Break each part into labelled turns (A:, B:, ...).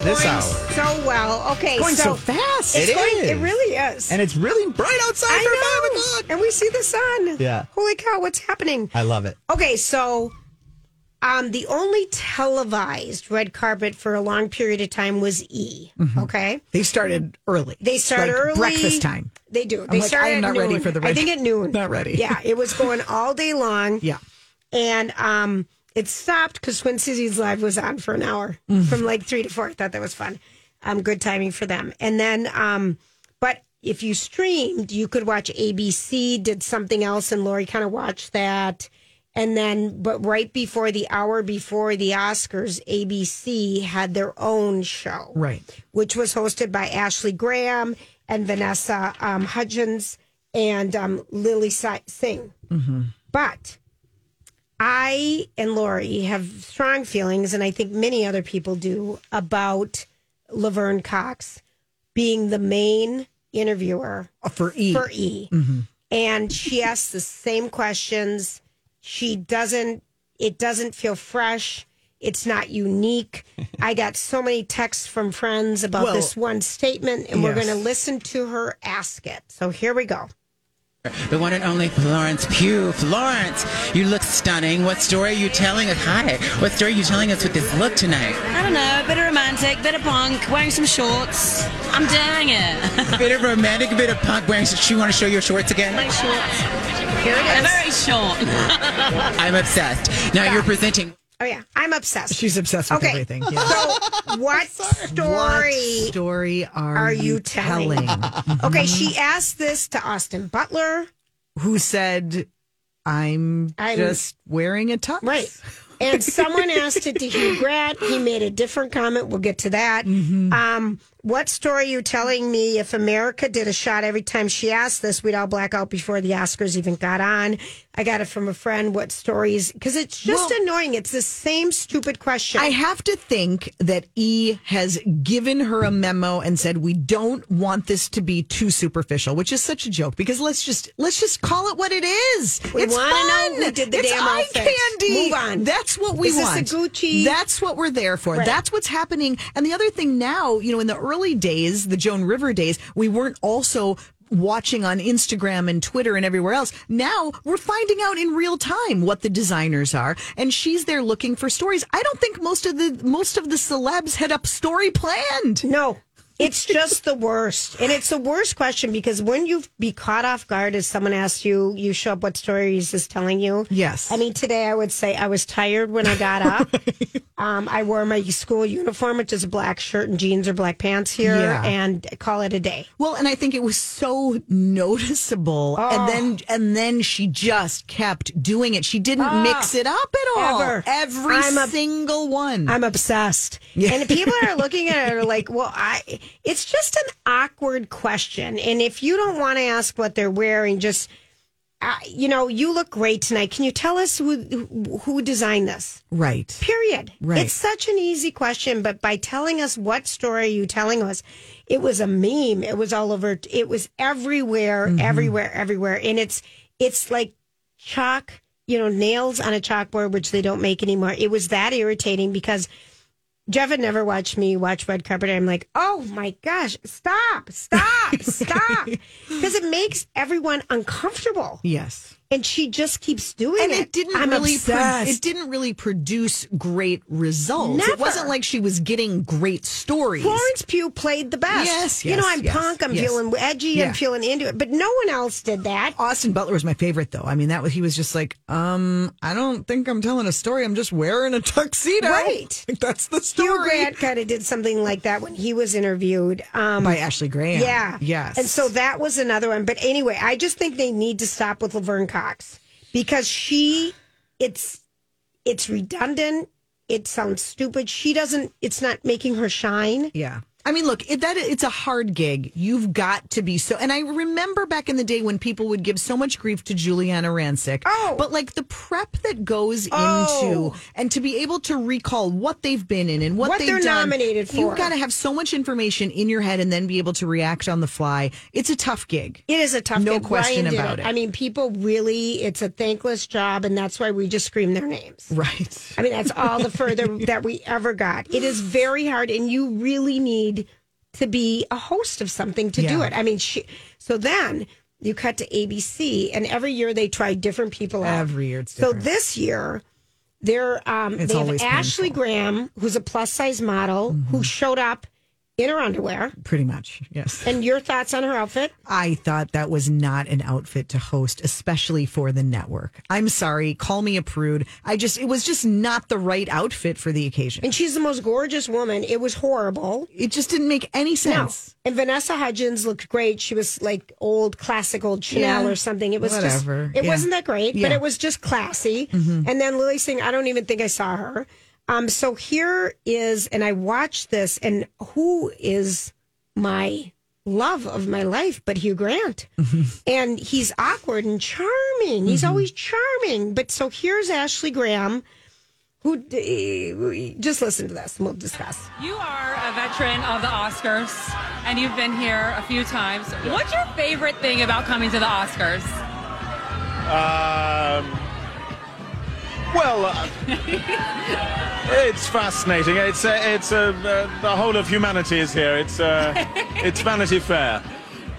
A: this
B: going
A: hour.
B: so well. Okay,
A: Going
B: so,
A: so fast.
B: It's
A: It
B: going-
A: is.
B: It really is.
A: And it's really bright outside
B: I
A: for
B: know.
A: five o'clock.
B: And we see the sun.
A: Yeah.
B: Holy cow! What's happening?
A: I love it.
B: Okay, so um, the only televised red carpet for a long period of time was E. Okay,
C: They started early.
B: They start
C: Mm-hmm. Like
B: early.
C: Breakfast time.
B: They do.
C: I'm
B: They
C: like,
B: start.
C: I am
B: at
C: not ready
B: noon.
C: for the
B: I
C: red-
B: think at noon.
C: Not ready.
B: Yeah, it was going all day long.
C: Yeah.
B: and um, it stopped because when Susie's live was on for an hour from like three to four. I thought that was fun. Um, good timing for them. And then, um, but if you streamed, you could watch ABC did something else, and Lori kind of watched that. And then, but right before the hour before the Oscars, ABC had their own show
C: Right.
B: which was hosted by Ashley Graham and Vanessa um, Hudgens and um, Lily Si- Singh. But I and Lori have strong feelings, and I think many other people do, about Laverne Cox being the main interviewer
C: For E.
B: for E. And she asks the same questions. She doesn't, it doesn't feel fresh. It's not unique. I got so many texts from friends about
C: Well,
B: this one statement, and we're
C: yes.
B: going to listen to her ask it. So here we go.
D: The one and only Florence Pugh. Florence, you look stunning. What story are you telling us? Hi. What story are you telling us with this look tonight?
E: I don't know, a bit of romantic, bit of punk, wearing some shorts. I'm doing it.
D: A bit of romantic, a bit of punk wearing. She want to show your shorts again?
E: shorts. Here it is. Very short.
D: I'm obsessed. Now you're presenting.
B: Oh, yeah. I'm obsessed.
C: She's obsessed with
B: Okay.
C: everything. Yeah.
B: so, what
C: What
B: story?
C: story are,
B: are
C: you,
B: you telling?
C: telling?
B: Okay, she asked this to Austin Butler.
C: Who said, I'm,
B: I'm-
C: just wearing a tux?
B: Right. And someone asked it to Hugh Grant. He made a different comment. We'll get to that.
C: Mm-hmm.
B: Um, what story are you telling me if America did a shot every time she asked this, we'd all black out before the Oscars even got on? I got it from a friend. What stories? Because it's just
C: Well-
B: annoying. It's the same stupid question.
C: I have to think that E has given her a memo and said we don't want this to be too superficial, which is such a joke because let's just let's just call it what it is.
B: We
C: it's
B: wanna know
C: fun.
B: who did the
C: it's
B: damn
C: eye
B: outfit.
C: candy.
B: Move on.
C: That's what we
B: Is this a
C: want.
B: Gucci?
C: That's what we're there for. That's what's happening. And the other thing now, you know, in the early days, the Joan River days, we weren't also watching on Instagram and Twitter and everywhere else. Now we're finding out in real time what the designers are and she's there looking for stories. I don't think most of the most of the celebs had up story planned.
B: No, it's just the worst. And it's the worst question because when you be caught off guard as someone asks you, you show up what stories is telling you.
C: Yes.
B: I mean, today I would say I was tired when I got up. um, I wore my school uniform, which is a black shirt and jeans or black pants here,
C: Yeah.
B: and call it a day.
C: Well, and I think it was so noticeable
B: Ah.
C: and then and then she just kept doing it. She didn't mix it up at all.
B: Ah. Ever.
C: Every
B: I'm a-
C: single one.
B: I'm obsessed. And people are looking at it are like, well, I it's just an awkward question. And if you don't want to ask what they're wearing, just uh, you know, you look great tonight. Can you tell us who who- who designed this?
C: right.
B: Period.
C: Right.
B: It's such an easy question, but by telling us what story are you telling us, it was a meme. It was all over. It was everywhere,
C: Mm-hmm.
B: everywhere, everywhere. And it's it's like chalk, you know, nails on a chalkboard, which they don't make anymore. It was that irritating because Jeff had never watched me watch red carpet. I'm like, oh my gosh, stop, stop, stop, because it makes everyone uncomfortable.
C: Yes.
B: and she just keeps doing
C: and
B: it.
C: it didn't
B: I'm
C: really pro-
B: obsessed.
C: it didn't really produce great results. It
B: Never.
C: wasn't like she was getting great stories.
B: Florence Pugh played the best.
C: Yes,
B: You know,
C: yes,
B: I'm
C: yes,
B: punk, I'm
C: yes.
B: feeling edgy,
C: Yeah.
B: I'm feeling into it. But no one else did that.
C: Austin Butler was my favorite though. I mean, that was he was just like, um, I don't think I'm telling a story. I'm just wearing a tuxedo.
B: Right.
C: Like, that's the
B: Hugh
C: story.
B: Grant kind of did something like that when he was interviewed. Um,
C: by Ashley Graham.
B: yeah.
C: Yes.
B: And so that was another one. But anyway, I just think they need to stop with Laverne Cox because she, it's, it's redundant. It sounds stupid. She doesn't, it's not making her shine.
C: Yeah. I mean, look, it, that it's a hard gig. You've got to be so. And I remember back in the day when people would give so much grief to Juliana Rancic.
B: Oh.
C: but like the prep that goes
B: Oh.
C: into and to be able to recall what they've been in and what,
B: What
C: they've
B: they're
C: done,
B: nominated for.
C: You've got to have so much information in your head and then be able to react on the fly. It's a tough gig.
B: It is a tough
C: No
B: gig.
C: question
B: Ryan did
C: about it.
B: I mean, people really, it's a thankless job, and that's why we just scream their names.
C: Right.
B: I mean, that's all the further that we ever got. It is very hard, and you really need to be a host of something to do
C: Yeah.
B: it. I mean, she, so then you cut to ABC, and every year they try different people out.
C: Every year it's
B: So
C: different.
B: this year, they're um,
C: It's
B: they have
C: always Mm-hmm.
B: Ashley Graham, who's a plus size model, who showed up in her underwear.
C: Pretty much. Yes.
B: And your thoughts on her outfit?
C: I thought that was not an outfit to host, especially for the network. I'm sorry, call me a prude. I just, it was just not the right outfit for the occasion.
B: And she's the most gorgeous woman. It was horrible.
C: It just didn't make any
B: No.
C: sense.
B: And Vanessa Hudgens looked great. She was like old classic old Chanel
C: Yeah.
B: or something. It was
C: Whatever.
B: just it
C: Yeah.
B: wasn't that great,
C: Yeah. Mm-hmm.
B: but it was just classy. And then Lily Singh, I don't even think I saw her. Um, so here is, and I watched this, and who is my love of my life but Hugh Grant?
C: Mm-hmm.
B: And he's awkward and charming. He's always charming. But so here's Ashley Graham, who just listen to this and we'll discuss.
F: You are a veteran of the Oscars, and you've been here a few times. What's your favorite thing about coming to the Oscars?
G: Um, well, uh, it's fascinating. It's uh, it's uh, uh, the whole of humanity is here. It's uh, it's Vanity Fair.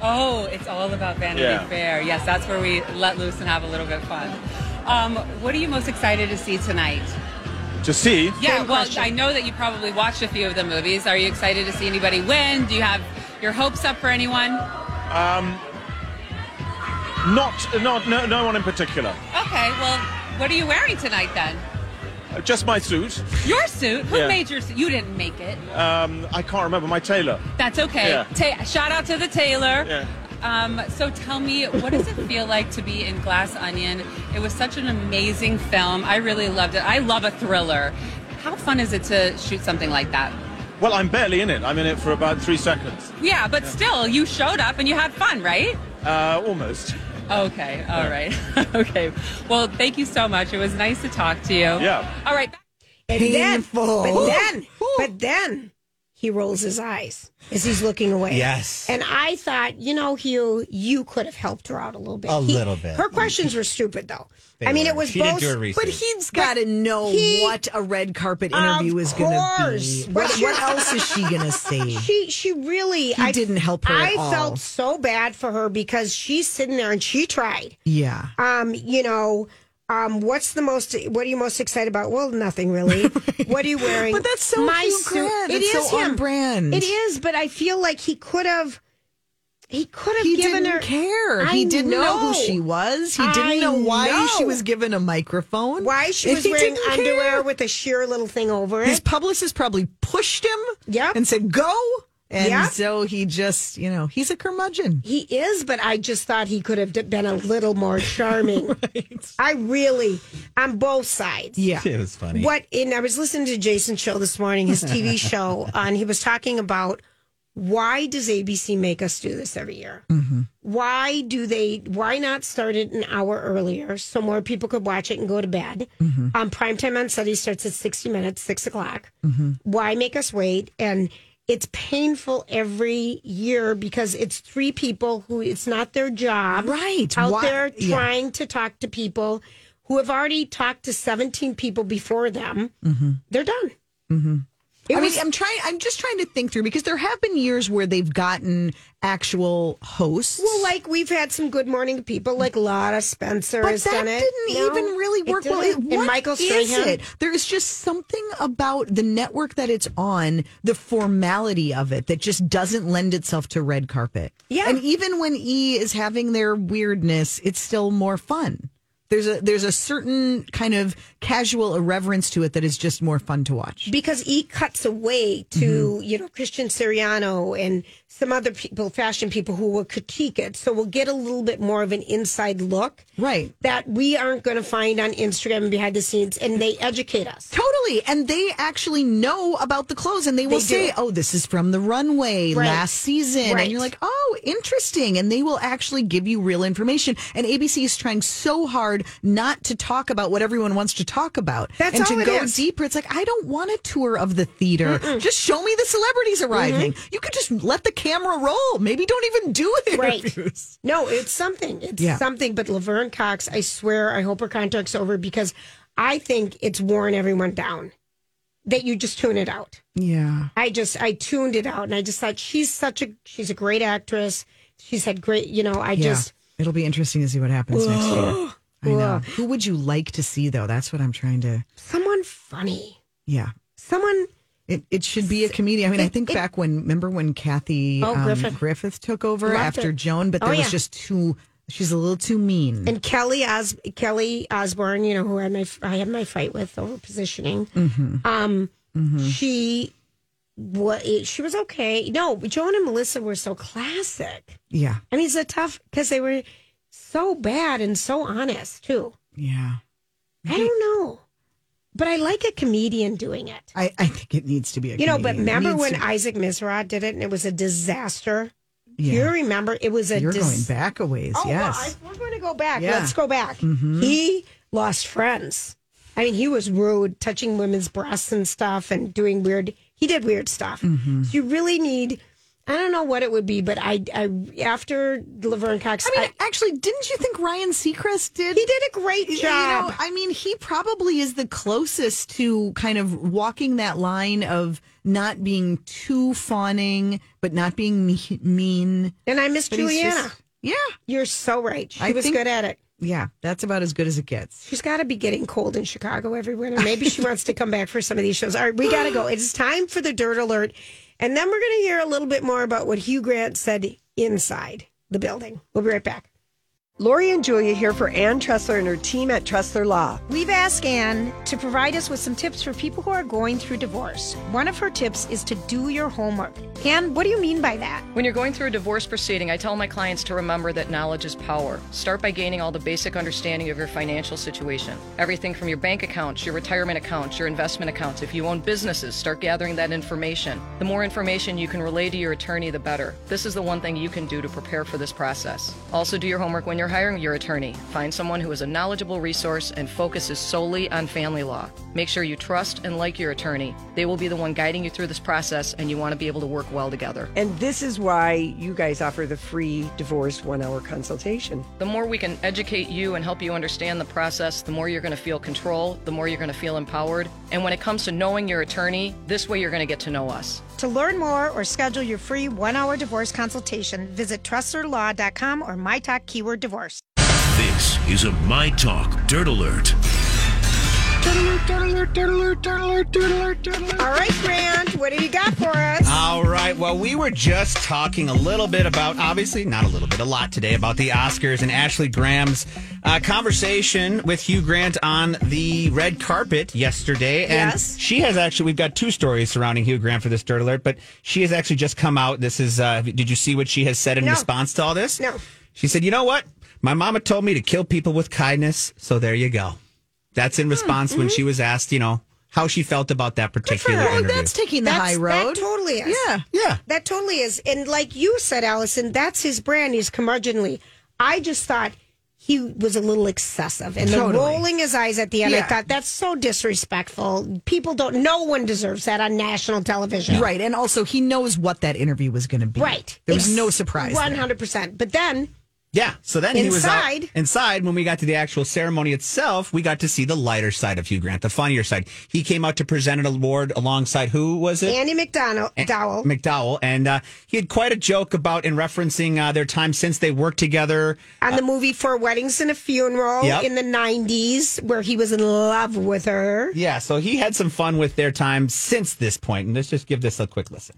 F: Oh, it's all about Vanity
G: Yeah.
F: Fair. Yes, that's where we let loose and have a little bit of fun. Um, what are you most excited to see tonight?
G: To see,
F: Yeah, well, I know that you probably watched a few of the movies. Are you excited to see anybody win? Do you have your hopes up for anyone?
G: not not no, no one in particular.
F: Okay, well, what are you wearing tonight then?
G: Uh, Just my suit.
F: Your suit? Who
G: Yeah.
F: made your suit? You didn't make it.
G: Um, I can't remember my tailor.
F: That's okay.
G: Yeah.
F: Ta- shout out to the tailor.
G: Yeah.
F: Um, so tell me, what does it feel like to be in Glass Onion? It was such an amazing film. I really loved it. I love a thriller. How fun is it to shoot something like that?
G: Well, I'm barely in it. I'm in it for about three seconds.
F: Yeah, but still, you showed up and you had fun, right?
G: Uh, almost.
F: Okay, all right. okay. Well, thank you so much. It was nice to talk to you.
G: Yeah.
F: All right.
B: And then,
C: Painful.
B: but then,
C: Ooh.
B: but then he rolls his eyes as he's looking away.
H: Yes.
B: And I thought, you know, Hugh, you could have helped her out a little bit.
H: A
B: He-
H: little bit.
B: Her questions were stupid, though.
H: They
B: I mean,
H: were.
B: it was
H: She didn't
B: both.
H: do her research.
C: But he's got to know
B: he-
C: what a red carpet interview is going to
B: course.
C: be. What,
B: But
C: what else is she going to say?
B: She she really I
C: didn't help her
B: I
C: at all.
B: felt so bad for her because she's sitting there and she tried.
C: Yeah.
B: um, you know, um, what's the most? What are you most excited about? Well, nothing really. What are you wearing?
C: But that's so Hugh Grant.
B: It
C: It's
B: is
C: so on
B: him.
C: brand.
B: It is, but I feel like he could have. He could have
C: He
B: given
C: didn't
B: her
C: care.
B: I
C: he didn't know.
B: know.
C: who she was. He didn't
B: I
C: know why she
B: know.
C: was given a microphone.
B: Why she was
C: He
B: wearing
C: didn't care.
B: underwear with a sheer little thing over
C: His
B: it?
C: publicist probably pushed him
B: Yep.
C: and said, go. And
B: Yep.
C: so he just, you know, he's a curmudgeon.
B: He is, but I just thought he could have been a little more charming. I really, on both sides.
C: Yeah.
H: It was funny.
B: What and I was listening to Jason's show this morning, his TV show, and he was talking about why does ABC make us do this every year?
C: Mm-hmm.
B: Why do they? Why not start it an hour earlier so more people could watch it and go to bed?
C: Mm-hmm.
B: Um, prime time on Sunday starts at sixty minutes, six o'clock.
C: Mm-hmm.
B: Why make us wait? And it's painful every year because it's three people who it's not their job,
C: Right.
B: Out
C: Why-
B: there
C: yeah.
B: trying trying to talk to people
C: Mm-hmm.
B: who have already talked to 17 people before them, they're done.
C: I mean, I'm trying. I'm just trying to think through because there have been years where they've gotten actual hosts.
B: Well, like we've had some Good Morning people, like Lara Spencer
C: but
B: has
C: that
B: done it.
C: didn't
B: No,
C: even really
B: it
C: work well.
B: didn't.
C: It-
B: and
C: what
B: Michael
C: is
B: Strahan.
C: it? There's just something about the network that it's on, the formality of it that just doesn't lend itself to red carpet.
B: Yeah.
C: and even when E is having their weirdness, it's still more fun. There's a there's a certain kind of casual irreverence to it that is just more fun to watch.
B: because E cuts away to
C: Mm-hmm.
B: you know Christian Siriano and some other people, fashion people who will critique it. So we'll get a little bit more of an inside look
C: Right.
B: that we aren't going to find on Instagram and behind the scenes, and they educate us.
C: Totally. And they actually know about the clothes and they will
B: They do.
C: say, oh, this is from the runway
B: Right.
C: last season.
B: Right.
C: And you're like, oh, interesting. And they will actually give you real information. And ABC is trying so hard not to talk about what everyone wants to talk about.
B: That's
C: and
B: all
C: to
B: it
C: go
B: is.
C: deeper, it's like, I don't want a tour of the theater. Just show me the celebrities
B: Mm-hmm.
C: arriving. You could just let the camera roll. Maybe don't even do it.
B: Right. No, it's something. It's
C: Yeah.
B: something. But Laverne Cox, I swear, I hope her contract's over because I think it's worn everyone down. That you just tune it out.
C: Yeah.
B: I just I tuned it out, and I just thought she's such a she's a great actress. She's had great, you know. I
C: Yeah.
B: just
C: It'll be interesting to see what happens next year. I know.
B: Ugh.
C: Who would you like to see, though? That's what I'm trying to.
B: someone funny,
C: Yeah.
B: someone
C: It, it should be a comedian. I mean, I think back when, remember when Kathy
B: Oh,
C: um,
B: Griffith.
C: Griffith took over
B: Loved
C: after
B: it.
C: Joan, but
B: Oh,
C: there was
B: yeah.
C: just too, she's a little too mean.
B: and Kelly Os Kelly Osborne. You know who I had my I had my fight with over positioning. Um, she what she was okay. No, Joan and Melissa were so classic.
C: yeah.
B: I mean, it's a tough because they were so bad and so honest too.
C: Yeah.
B: I don't know, but I like a comedian doing it.
C: I, I think it needs to be a
B: You know, but
C: comedian. It
B: remember
C: needs
B: when
C: to-
B: Isaac Mizrah did it and it was a disaster?
C: Yeah.
B: You remember it was a
C: You're
B: dis-
C: going back a ways.
B: Oh, well,
C: yes.
B: I- we're going to go back.
C: Yeah. Mm-hmm.
B: Let's go back. He lost friends. I mean, he was rude, touching women's breasts and stuff and doing weird. He did weird stuff.
C: Mm-hmm.
B: So you really need. I don't know what it would be, but I, I after Laverne Cox,
C: I, mean,
B: I-
C: actually, didn't you think Ryan Seacrest did?
B: he did a great
C: You know,
B: job.
C: I mean, he probably is the closest to kind of walking that line of not being too fawning, but not being me- mean.
B: and I miss
C: But he's
B: Juliana.
C: just- yeah.
B: You're so right. She
C: I
B: was
C: think-
B: good at it.
C: Yeah. That's about as good as it gets.
B: She's got to be getting cold in Chicago every winter. Maybe she wants to come back for some of these shows. All right, we got to go. It's time for the dirt alert. And then we're going to hear a little bit more about what Hugh Grant said inside the building. We'll be right back.
H: Lori and Julia here for Ann Tressler and her team at Tressler Law.
I: We've asked Anne to provide us with some tips for people who are going through divorce. One of her tips is to do your homework. Anne, what do you mean by that?
E: When you're going through a divorce proceeding, I tell my clients to remember that knowledge is power. Start by gaining all the basic understanding of your financial situation. Everything from your bank accounts, your retirement accounts, your investment accounts. If you own businesses, start gathering that information. The more information you can relay to your attorney, the better. This is the one thing you can do to prepare for this process. Also, do your homework when you're hiring your attorney. Find someone who is a knowledgeable resource and focuses solely on family law. Make sure you trust and like your attorney. They will be the one guiding you through this process, and you want to be able to work well together.
H: And this is why you guys offer the free divorce one hour consultation.
E: The more we can educate you and help you understand the process, the more you're going to feel control, the more you're going to feel empowered. And when it comes to knowing your attorney, this way you're going to get to know us.
I: To learn more or schedule your free one hour divorce consultation, visit trustlerlaw.com or my talk keyword divorce.
J: This is a My Talk Dirt Alert.
B: All right, Grant, what do you got for us?
A: All right. Well, we were just talking a little bit about, obviously, not a little bit, a lot today about the Oscars and Ashley Graham's uh, conversation with Hugh Grant on the red carpet yesterday. And
B: Yes.
A: she has actually, we've got two stories surrounding Hugh Grant for this dirt alert, but she has actually just come out. This is, uh, did you see what she has said in
B: No.
A: response to all this?
B: No.
A: She said, you know what? My mama told me to kill people with kindness. So there you go. That's in response when she was asked, you know, how she felt about that particular
C: Oh,
A: interview.
C: that's taking the
B: That's-
C: high road.
B: That totally is.
C: Yeah.
A: yeah.
B: That totally is. And like you said, Allison, that's his brand. He's curmudgeonly. I just thought he was a little excessive. And the
C: Totally.
B: rolling his eyes at the end, I
C: Yeah.
B: thought that's so disrespectful. People don't, no one deserves that on national television.
C: Right. And also, he knows what that intervw was going to be.
B: Right.
C: There was no surprise. there.
B: 100%. But then
A: Yeah. So then he was out,
B: Inside.
A: inside. When we got to the actual ceremony itself, we got to see the lighter side of Hugh Grant, the funnier side. He came out to present an award alongside who was it?
B: Andy McDonald
A: A-
B: Dowell.
A: McDowell, and uh, he had quite a joke about in referencing uh, their time since they worked together.
B: on
C: uh,
B: the movie for weddings and a funeral
A: Yep.
B: in the 90s where he was in love with her
A: Yeah, so he had some fun with their time since this point, and let's just give this a quick listen.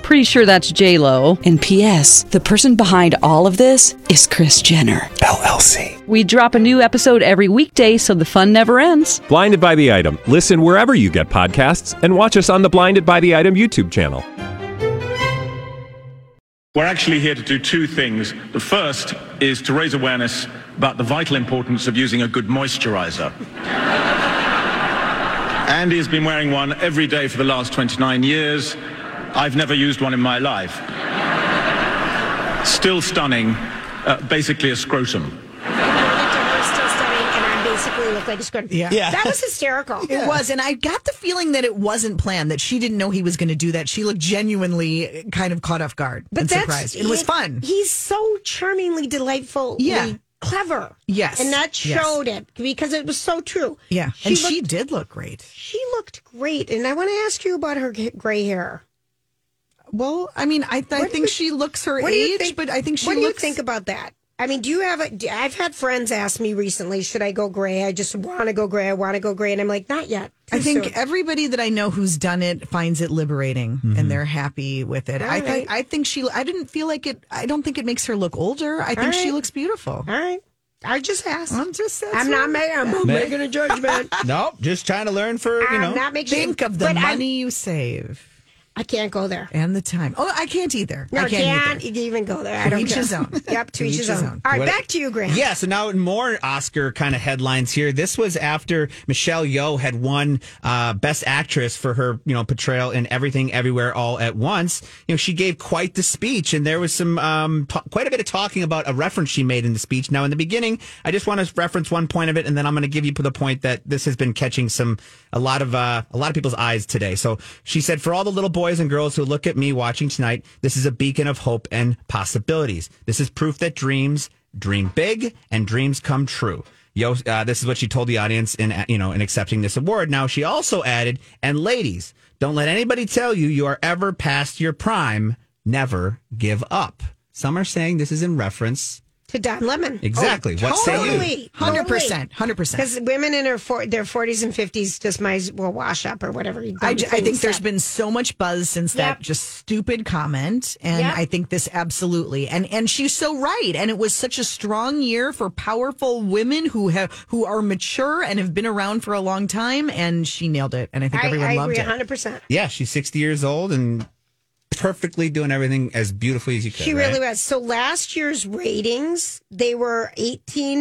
K: Pretty sure that's J Lo. And P.S. The person behind all of this is Chris Jenner LLC. We drop a new episode every weekday, so the fun never ends.
L: Blinded by the item. Listen wherever you get podcasts, and watch us on the Blinded by the Item YouTube channel.
G: We're actually here to do two things. The first is to raise awareness about the vital importance of using a good moisturizer. Andy has been wearing one every day for the last 29 years. I've never used one in my life. Still stunning, uh, basically a scrotum.
B: still studying and i basically look like a squid
C: Yeah. Yeah.
B: that was hysterical
C: It was, and I got the feeling that it wasn't planned. That she didn't know he was going to do that. She looked genuinely eh, kind of caught off guard, and surprised. It was
B: he-
C: fun.
B: he's so charmingly delightful
C: Yeah.
B: clever
C: Yes.
B: and that
C: Yes.
B: showed it because it was so true
C: Yeah, and
B: she
C: she
B: looked-
C: did look great.
B: she looked great and i want to ask you about her g- gray hair
C: well i mean i, I think she looks her
B: What do you
C: age,
B: think-
C: but I think she
B: What
C: looks-
B: do you think about that? I mean, do you have a? do- I've had friends ask me recently, should I go gray? I just want to go gray. I want to go gray, and I'm like, not yet.
C: I
B: Too
C: think
B: soon.
C: everybody that I know who's done it finds it liberating
B: Mhm.
C: and they're happy with it.
B: All
C: I
B: right.
C: think I think she I didn't feel like it I don't think it makes her look older. I think
B: All
C: she
B: right.
C: looks beautiful.
B: All right. I just asked.
C: I'm just
B: I'm not making. I'm not
A: Ma-
B: making a judgment.
A: Nope, just trying to learn for you
B: I'm
A: know.
B: not making.
C: Think of the
B: but I-
C: money you save
B: I, can't go there.
C: and the time. Oh, I can't either.
B: No,
C: I can't, either.
B: even go there. I
C: To
B: don't
C: each
B: care.
C: his own.
B: Yep, to, each his own. All right,
A: What-
B: back to you, Grant.
A: Yeah, so now more Oscar kind of headlines here. This was after Michelle Yeoh had won uh, Best Actress for her, you know, portrayal in Everything, Everywhere, All at Once. You know, she gave quite the speech, and there was some um, ta- quite a bit of talking about a reference she made in the speech. Now, in the beginning, I just want to reference one point of it, and then I'm going to give you the point that this has been catching some a lot of uh, a lot of people's eyes today. So she said, "For all the little boys and girls who look at me watching tonight, this is a beacon of hope and possibilities. This is proof that dreams." dream big and dreams come true. Yo, uh, this is what she told the audience in uh, you know in accepting this award. Now she also added, and ladies, don't let anybody tell you you are ever past your prime. Never give up. Some are saying this is in reference.
B: To Don Lemon.
A: Exactly. What say you?
B: Oh, Totally.
C: 100%, 100%.
B: Because women in her for, their 40s and 50s just might as well wash up or whatever. you
C: I,
B: dumb
C: ju- I
B: thing
C: think
B: said.
C: there's been so much buzz since
B: Yep.
C: that just stupid comment, and
B: Yep.
C: I think this absolutely and and she's so right. And it was such a strong year for powerful women who have who are mature and have been around for a long time, and she nailed it. And I think
B: I,
C: everyone
B: I
C: loved
B: agree
C: it.
B: 100%.
A: Yeah, she's sixty years old and perfectly doing everything as beautifully as you could.
B: She really
A: right?
B: was. So last year's ratings, they were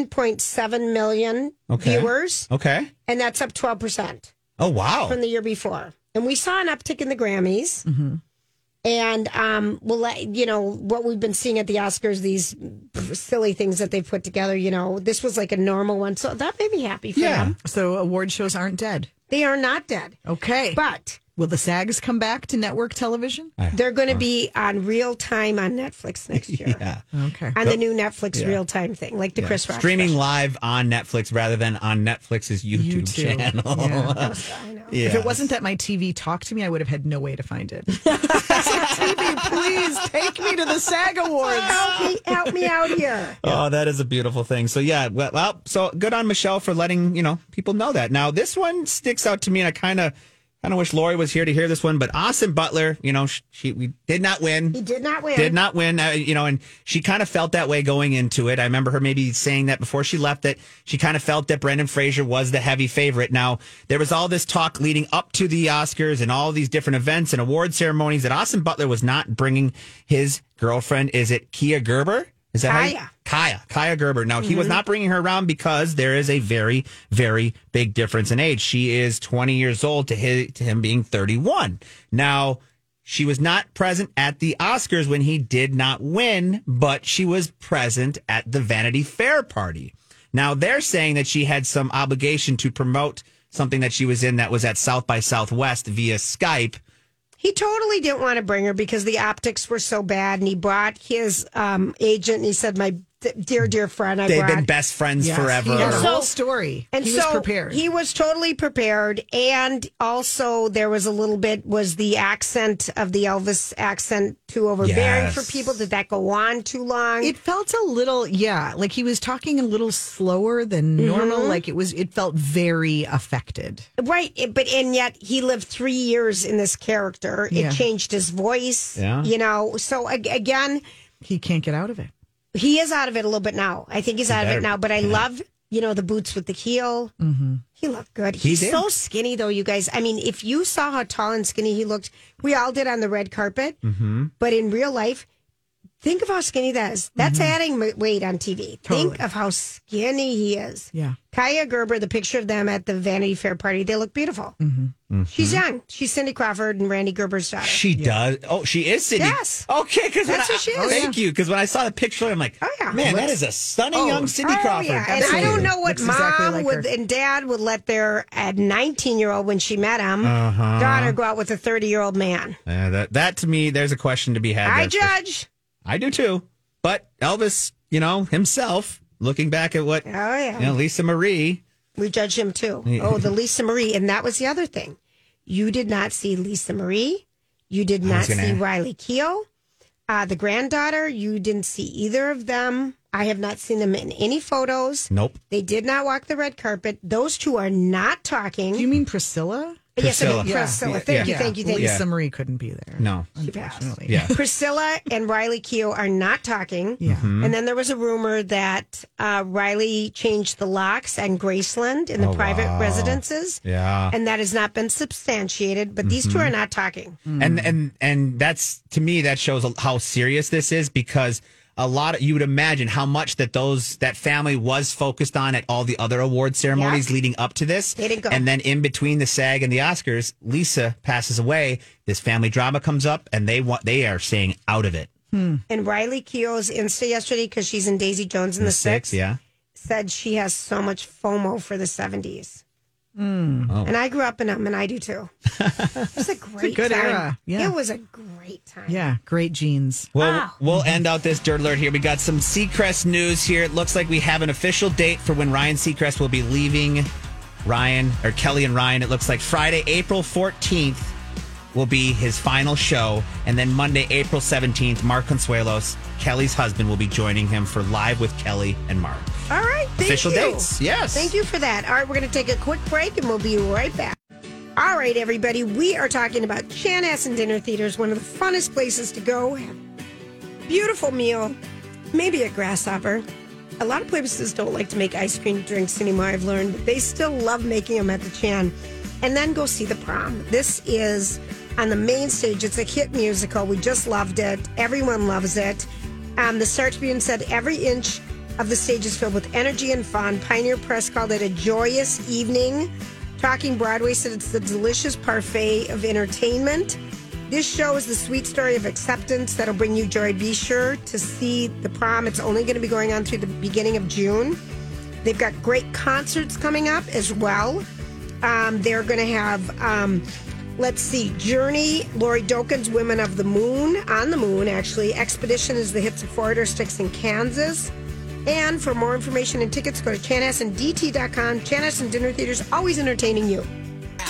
B: 18.7 million
A: Okay.
B: viewers,
A: Okay.
B: and that's up 12%
A: Oh wow.
B: from the year before. And we saw an uptick in the Grammys.
A: Mm-hmm.
B: And um, we'll let you know what we've been seeing at the Oscars, these silly things that they put together. You know, this was like a normal one. So that made me happy for
C: Yeah.
B: them.
C: So award shows aren't dead.
B: They are not dead.
C: Okay.
B: But
C: Will the SAGs come back to network television?
B: they're going to be on real time on Netflix next year.
A: Yeah.
C: Okay.
B: On the new Netflix
A: Yeah.
B: real time thing, like the
A: Yeah.
B: Chris Rock.
A: streaming live on Netflix rather than on Netflix's YouTube,
C: YouTube.
A: channel.
C: Yeah. If
A: Yeah.
C: it wasn't that my TV talked to me, I would have had no way to find it. It's like, TV, please take me to the SAG Awards.
B: Help me, help me out here.
A: Oh, that is a beautiful thing. So yeah, well, well, so good on Michelle for letting you know people know that. Now this one sticks out to me, and I kind of
F: Kind of wish Lori was here to hear this one, but Austin Butler, you know, she, she we did not win.
B: He did not win.
F: Did not win, uh, you know, and she kind of felt that way going into it. I remember her maybe saying that before she left that she kind of felt that Brendan Fraser was the heavy favorite. Now, there was all this talk leading up to the Oscars and all these different events and award ceremonies that Austin Butler was not bringing his girlfriend. Is it Kia Gerber? Is that how you-
B: Kaya.
F: Kaya, Mm-hmm. Kaya Gerber. Now, he was
B: Mhm.
F: not bringing her around because there is a very, very big difference in age. She is 20 years old to, his, to him being 31. Now, she was not present at the Oscars when he did not win, but she was present at the Vanity Fair party. Now, they're saying that she had some obligation to promote something that she was in that was at South by Southwest via Skype.
B: He totally didn't want to bring her because the optics were so bad, and he brought his um, agent. and He said, "My d- dear, dear friend, I
F: They've
B: brought
F: been best friends
B: Yes,
F: forever.
B: he had a whole
C: story.
B: And
C: He was
B: so
C: prepared.
B: He was totally prepared, and also there was a little bit was the accent of the Elvis accent too overbearing
C: Yes.
B: for people. Did that go on too long?
C: It felt a little, yeah, like he was talking a little slower than normal.
B: Mhm.
C: Like it was, it felt very affected.
B: Right, it- but and yet he lived three years in this character.
C: Yeah.
B: It changed his voice.
C: Yeah.
B: you know. So ag- again,
C: He can't get out of it.
B: he is out of it a little bit now. I think he's
C: He
B: out of
C: better-
B: it now. But I love you know the boots with the heel.
C: Mm-hmm.
B: He looked good.
C: He
B: He's
C: did.
B: so skinny though, you guys. I mean, if you saw how tall and skinny he looked, we all did on the red carpet.
F: Mm-hmm.
B: But in real life, think of how skinny that is. That's
C: Mm-hmm.
B: adding m- weight on TV. Think of how skinny he is.
C: Yeah.
B: Kaya Gerber, the picture of them at the Vanity Fair party, they look beautiful.
C: Mm-hmm.
B: She's young. She's Cindy Crawford and Randy Gerber's daughter.
F: She does. Oh, she is Sydney.
B: Yes.
F: Okay, because
B: That's who she is.
F: Thank you. Because when I saw the picture, I'm like, man, that is a stunning young Sydney
B: Oh,
F: Crawford.
B: yeah. And I don't know what
C: Looks
B: mom
C: exactly like
B: would
C: her.
B: and dad would let their 19 year old when she met him
F: Uh-huh.
B: daughter go out with a 30 year old man.
F: Uh, that that to me, there's a question to be had.
B: I
F: there for-
B: judge.
F: I do too. But Elvis, you know himself, looking back at what,
B: Oh yeah,
F: you know, Lisa Marie.
B: we judge him too.
F: Yeah.
B: Oh, the Lisa Marie, and that was the other thing. You did not see Lisa Marie. You did
F: I
B: not
F: was
B: see
F: gonna-
B: Riley Keough, uh, the granddaughter. You didn't see either of them. I have not seen them in any photos.
F: Nope.
B: They did not walk the red carpet. Those two are not talking. Do you
C: mean Priscilla?
B: Yes, I mean
C: Yeah.
B: Priscilla.
C: Yeah.
B: Thank you,
C: Yeah.
B: thank you, thank you.
C: Lisa Marie couldn't be there.
F: No.
C: Unfortunately.
F: Yeah.
B: Priscilla and Riley Keough are not talking.
C: Yeah.
F: Mm-hmm.
C: Mhm.
B: And then there was a rumor that uh, Riley changed the locks on Graceland in the
F: Oh,
B: private
F: wow.
B: residences.
F: Yeah.
B: And that has not been substantiated, but these two
F: Mhm.
B: are not talking.
C: Mm.
F: and and and that's to me that shows how serious this is because a lot of you would imagine how much that those that family was focused on at all the other award ceremonies
B: Yeah.
F: leading up to this
B: They didn't go.
F: and then in between the sag and the oscars lisa passes away this family drama comes up and they want they are staying out of it
B: And Riley Keough's Insta yesterday, because she's in Daisy Jones in the, Six,
F: yeah
B: said she has so much FOMO for the 70s.
C: Mm.
F: Oh.
B: And I grew up in them, and I do too. It was a great
C: good
B: time.
C: era. Yeah.
B: It was a great time.
C: Yeah. Great jeans.
F: Well,
B: Ah.
F: we'll end out this dirt alert here. We got some Seacrest news here. It looks like we have an official date for when Ryan Seacrest will be leaving Ryan or Kelly and Ryan. It looks like Friday, April 14th will be his final show. And then Monday, April 17th, Mark Consuelos, Kelly's husband, will be joining him for Live with Kelly and Mark.
B: All right. Thank
F: Official
B: you.
F: dates, yes.
B: Thank you for that. All right, we're going to take a quick break and we'll be right back. All right, everybody, we are talking about Chanhassen Dinner Theaters, one of the funnest places to go. Have a Beautiful meal, maybe a grasshopper. A lot of places don't like to make ice cream drinks anymore, I've learned, but they still love making them at the Chan. And then go see the prom. This is on the main stage. It's a hit musical. We just loved it. Everyone loves it. Um, the Star Tribune said every inch of the stage is filled with energy and fun. Pioneer Press called it a joyous evening. Talking Broadway said it's the delicious parfait of entertainment. This show is the sweet story of acceptance that'll bring you joy. Be sure to see the prom. It's only going to be going on through the beginning of June. They've got great concerts coming up as well. Um, they're going to have, um, let's see, Journey, Lori Dokin's Women of the Moon, on the Moon, actually. Expedition is the hits of Foreigner Sticks in Kansas. And for more information and tickets, go to chanassendt.com. Chanhassen Dinner Theater's always entertaining you.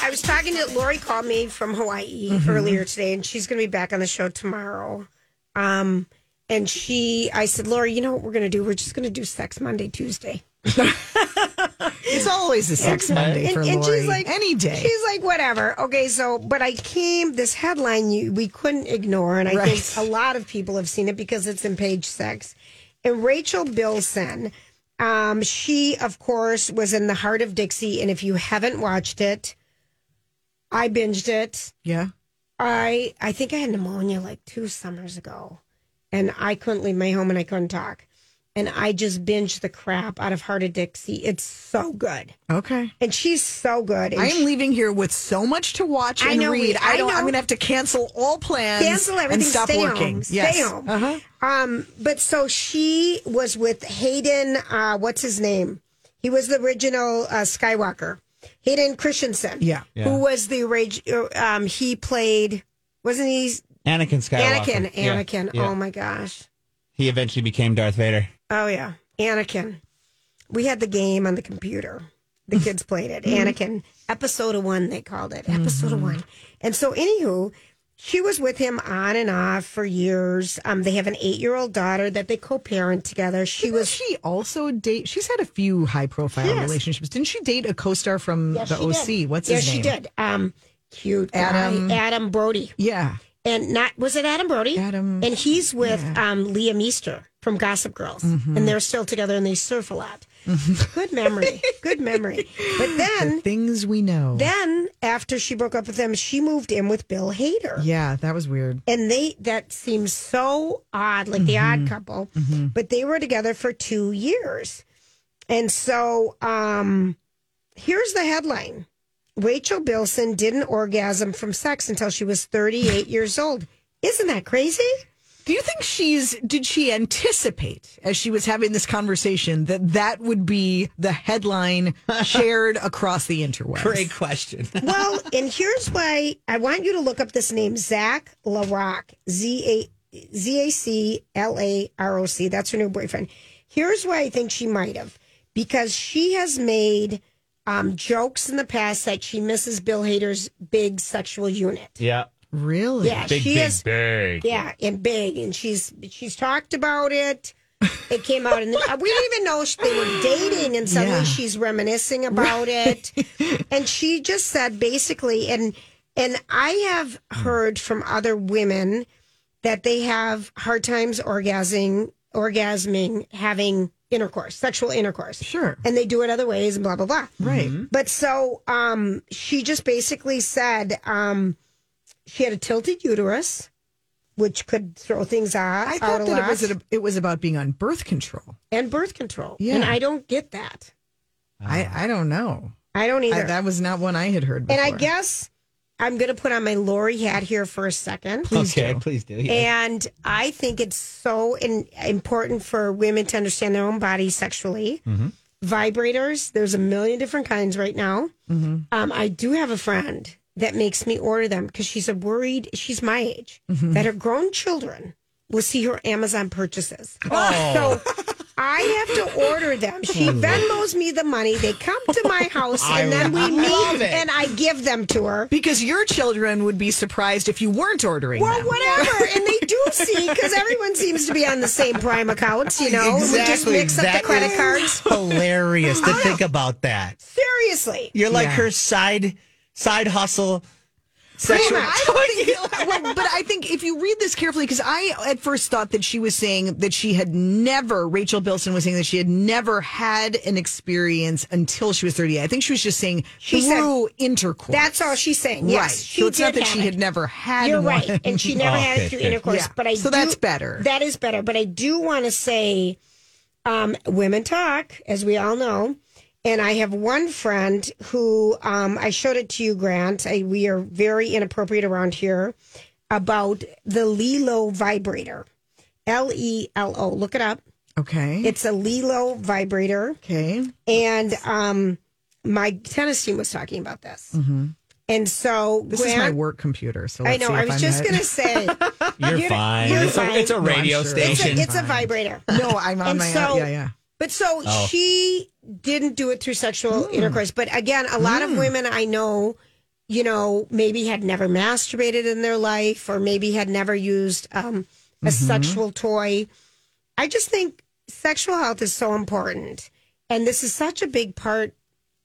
B: I was talking to Lori called me from Hawaii
C: Mm-hmm.
M: Mhm.
B: earlier today, and she's going to be back on the show tomorrow. Um, and she, I said, Lori, you know what we're going to do? We're just going to do sex Monday, Tuesday.
C: It's always a sex Monday for
B: and, and
C: Lori.
B: she's like
C: any day.
B: She's like whatever. Okay, so but I came this headline you we couldn't ignore, and I think a lot of people have seen it because it's in page six. And Rachel Bilson, um, she of course was in the heart of Dixie, and if you haven't watched it, I binged it.
C: yeah.
B: I I think I had pneumonia like two summers ago, and I couldn't leave my home and I couldn't talk, and I just binged the crap out of Heart of Dixie. It's so good,
C: Okay.
B: and she's so good. And
C: I
B: she-
C: am leaving here with so much to watch and
B: I know,
C: read.
B: we-
C: I
B: I
C: don't.
B: know.
C: I'm going to have to cancel all plans.
B: cancel everything.
C: And stop
B: stay
C: working.
B: Home.
C: Yes.
B: Stay home.
C: Uh-huh.
B: Um, but so she was with Hayden. Uh, what's his name? He was the original uh, Skywalker. Hayden Christensen.
C: Yeah.
B: Who
A: Yeah.
B: was the orig- uh, Um, he played. Wasn't he
A: Anakin Skywalker.
B: Anakin?
A: Yeah,
B: Anakin.
A: yeah.
B: Oh my gosh.
A: He eventually became Darth Vader.
B: Oh yeah, Anakin. We had the game on the computer.
C: Mm-hmm.
B: The kids played it. Anakin, episode of one, they called it episode of one. And so, anywho, she was with him on and off for years. Um, they have an eight-year-old daughter that they co-parent together. She was
C: She also date. She's had a few high profile
B: Yes.
C: relationships. Didn't she date a co-star from
B: Yes,
C: the
B: she
C: OC?
B: did.
C: What's
B: yes,
C: his name?
B: she did. Um, cute guy,
C: Adam-
B: Adam Brody,
C: Yeah.
B: and not was it Adam Brody?
C: Adam-
B: and he's with um, Liam Easter from Gossip Girls,
C: Mm-hmm.
B: and they're still together and they surf a lot. Good memory, good memory. But then
C: The things we know.
B: Then after she broke up with them, she moved in with Bill Hader.
C: yeah, that was weird.
B: And they that seems so odd, like the odd couple. But they were together for two years. And so um here's the headline. Rachel Bilson didn't orgasm from sex until she was 38 years old. Isn't that crazy?
C: Do you think she's did she anticipate as she was having this conversation that that would be the headline shared across the interwebs?
A: Great question.
B: well, and here's why I want you to look up this name, Zach LaRock, Z A Z A C L A R O C. That's her new boyfriend. Here's why I think she might have, because she has made um, jokes in the past that she misses Bill Hader's big sexual unit.
A: Yeah.
C: Really?
B: Yeah, she is.
A: big.
B: Yeah, and big, and she's she's talked about it. It came out, and we didn't even know she- they were dating, and suddenly
C: Yeah.
B: she's reminiscing about it. And she just said basically, and and I have heard from other women that they have hard times orgasming, orgasming, having intercourse, sexual intercourse,
C: Sure.
B: and they do it other ways, and blah blah blah.
C: Right.
B: But so um, she just basically said um, she had a tilted uterus, which could throw things out,
C: I
B: out
C: thought
B: a
C: that
B: lot,
C: it was a, it was about being on birth control.
B: and birth control.
C: Yeah.
B: And I don't get that.
C: I, I don't know.
B: I don't
C: I,
B: either.
C: that was not one Ah. I had heard before.
B: and I guess I'm going to put on my Lori hat here for a second.
A: okay, please do. Yeah.
B: And I think it's so in, important for women to understand their own body sexually.
A: Mm-hmm.
B: Vibrators, there's a million different kinds right now.
A: Mm-hmm.
B: Um, I do have a friend that makes me order them because she's a worried, she's my age,
A: Mm-hmm.
B: that her grown children will see her Amazon purchases.
A: Oh.
B: So I have to order them. She Venmos me the money. They come to my house
A: I
B: and then we
A: love
B: meet
A: it.
B: and I give them to her.
C: because your children would be surprised if you weren't ordering.
B: Well,
C: them.
B: whatever. And they do see because everyone seems to be on the same prime accounts, you know. We just
A: Exactly.
B: mix up
A: That
B: the credit
A: is
B: cards.
A: Hilarious to think about that.
B: Seriously.
A: You're like
C: Yeah.
A: her side side hustle. Sexual.
C: Well, I don't think- well, but I think if you read this carefully, because I at first thought that she was saying that she had never, Rachel Bilson was saying that she had never had an experience until she was 30. I think she was just saying
B: She said-
C: through intercourse.
B: That's all she's saying. Yes,
C: right.
B: she
C: so it's not
B: did
C: that she
B: have
C: had
B: it.
C: never had
B: You're
C: one.
B: right, and she never
A: Oh,
B: had
A: okay,
B: it through
A: good.
B: intercourse.
C: Yeah.
B: But I
C: So
B: do-
C: that's better.
B: That is better. But I do want to say, um, women talk, as we all know. And I have one friend who um, I showed it to you, Grant. I, we are very inappropriate around here about the Lilo vibrator, L E L O. Look it up.
C: Okay.
B: It's a Lilo vibrator.
C: okay.
B: And um, my tennis team was talking about this. And so
C: Mm-hmm. This is my
B: Grant-
C: work computer. So
B: I
C: let's
B: know.
C: see if
B: I was
C: I'm
B: just
C: not-
B: gonna say
A: You're
B: Oh, You're-
A: fine.
B: you're
A: it's,
B: fine.
A: A, it's a
C: No, I'm sure.
A: radio
B: it's a,
A: station.
B: it's a vibrator.
C: No, I'm on
B: And
C: my
B: so-
C: own. Yeah, yeah.
B: But so
A: Oh.
B: she didn't do it through sexual
C: Hmm.
B: intercourse. But again, a lot of women I know, you know, maybe had never masturbated in their life, or maybe had never used um, a
C: Mm-hmm.
B: sexual toy. I just think sexual health is so important, and this is such a big part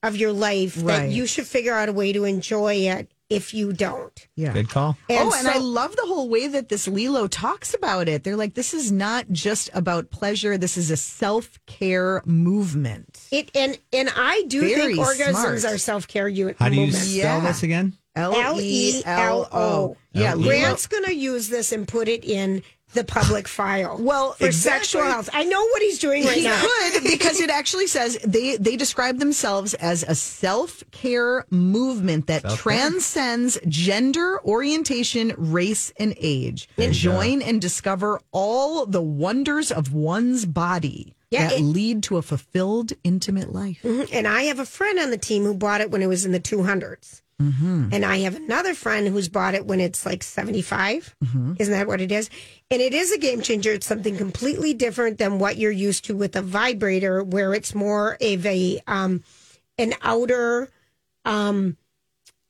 B: of your life that
C: Right.
B: you should figure out a way to enjoy it if you don't.
C: Yeah.
A: Good call.
B: And
C: oh, and
B: so-
C: I love the whole way that this Lilo talks about it. They're like, this is not just about pleasure. This is a self care movement.
B: It and and I do
C: Very
B: think orgasms
C: smart.
B: are self care unit.
C: How do you
B: movements.
C: spell Yeah. this
A: again?
C: L E L O.
B: Yeah,
C: Yeah, Lilo-
B: Grant's going to use this and put it in the public file. well, for sexual
C: exactly.
B: health, I know what he's doing right
C: he
B: now.
C: could because it actually says they they describe themselves as a self care movement that
B: Self-care.
C: transcends gender, orientation, race, and age.
B: There you
C: Join and discover all the wonders of one's body
B: Yeah,
C: that
B: it-
C: lead to a fulfilled, intimate life.
B: Mhm. And I have a friend on the team who bought it when it was in the two hundreds,
C: Mm-hmm.
B: and I have another friend who's bought it when it's like seventy five.
C: Mhm.
B: Isn't that what it is? And it is a game changer. It's something completely different than what you're used to with a vibrator, where it's more of a um, an outer. Um,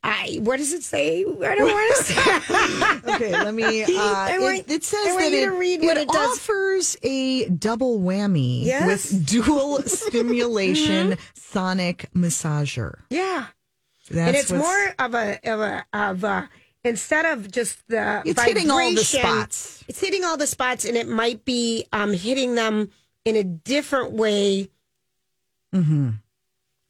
B: I what does it say? I don't want to say.
C: okay, let me. Uh,
B: I want-
C: it, it says
B: I want
C: that
B: you
C: it,
B: to read what it does.
C: offers a double whammy
B: Yes. Mm-hmm.
C: with dual stimulation sonic massager.
B: Yeah,
C: That's
B: and it's
C: what's-
B: more of a of a of a instead of just the
C: It's hitting all the
B: vibration,
C: spots.
B: It's hitting all the spots, and it might be um, hitting them in a different way
C: Mm-hmm.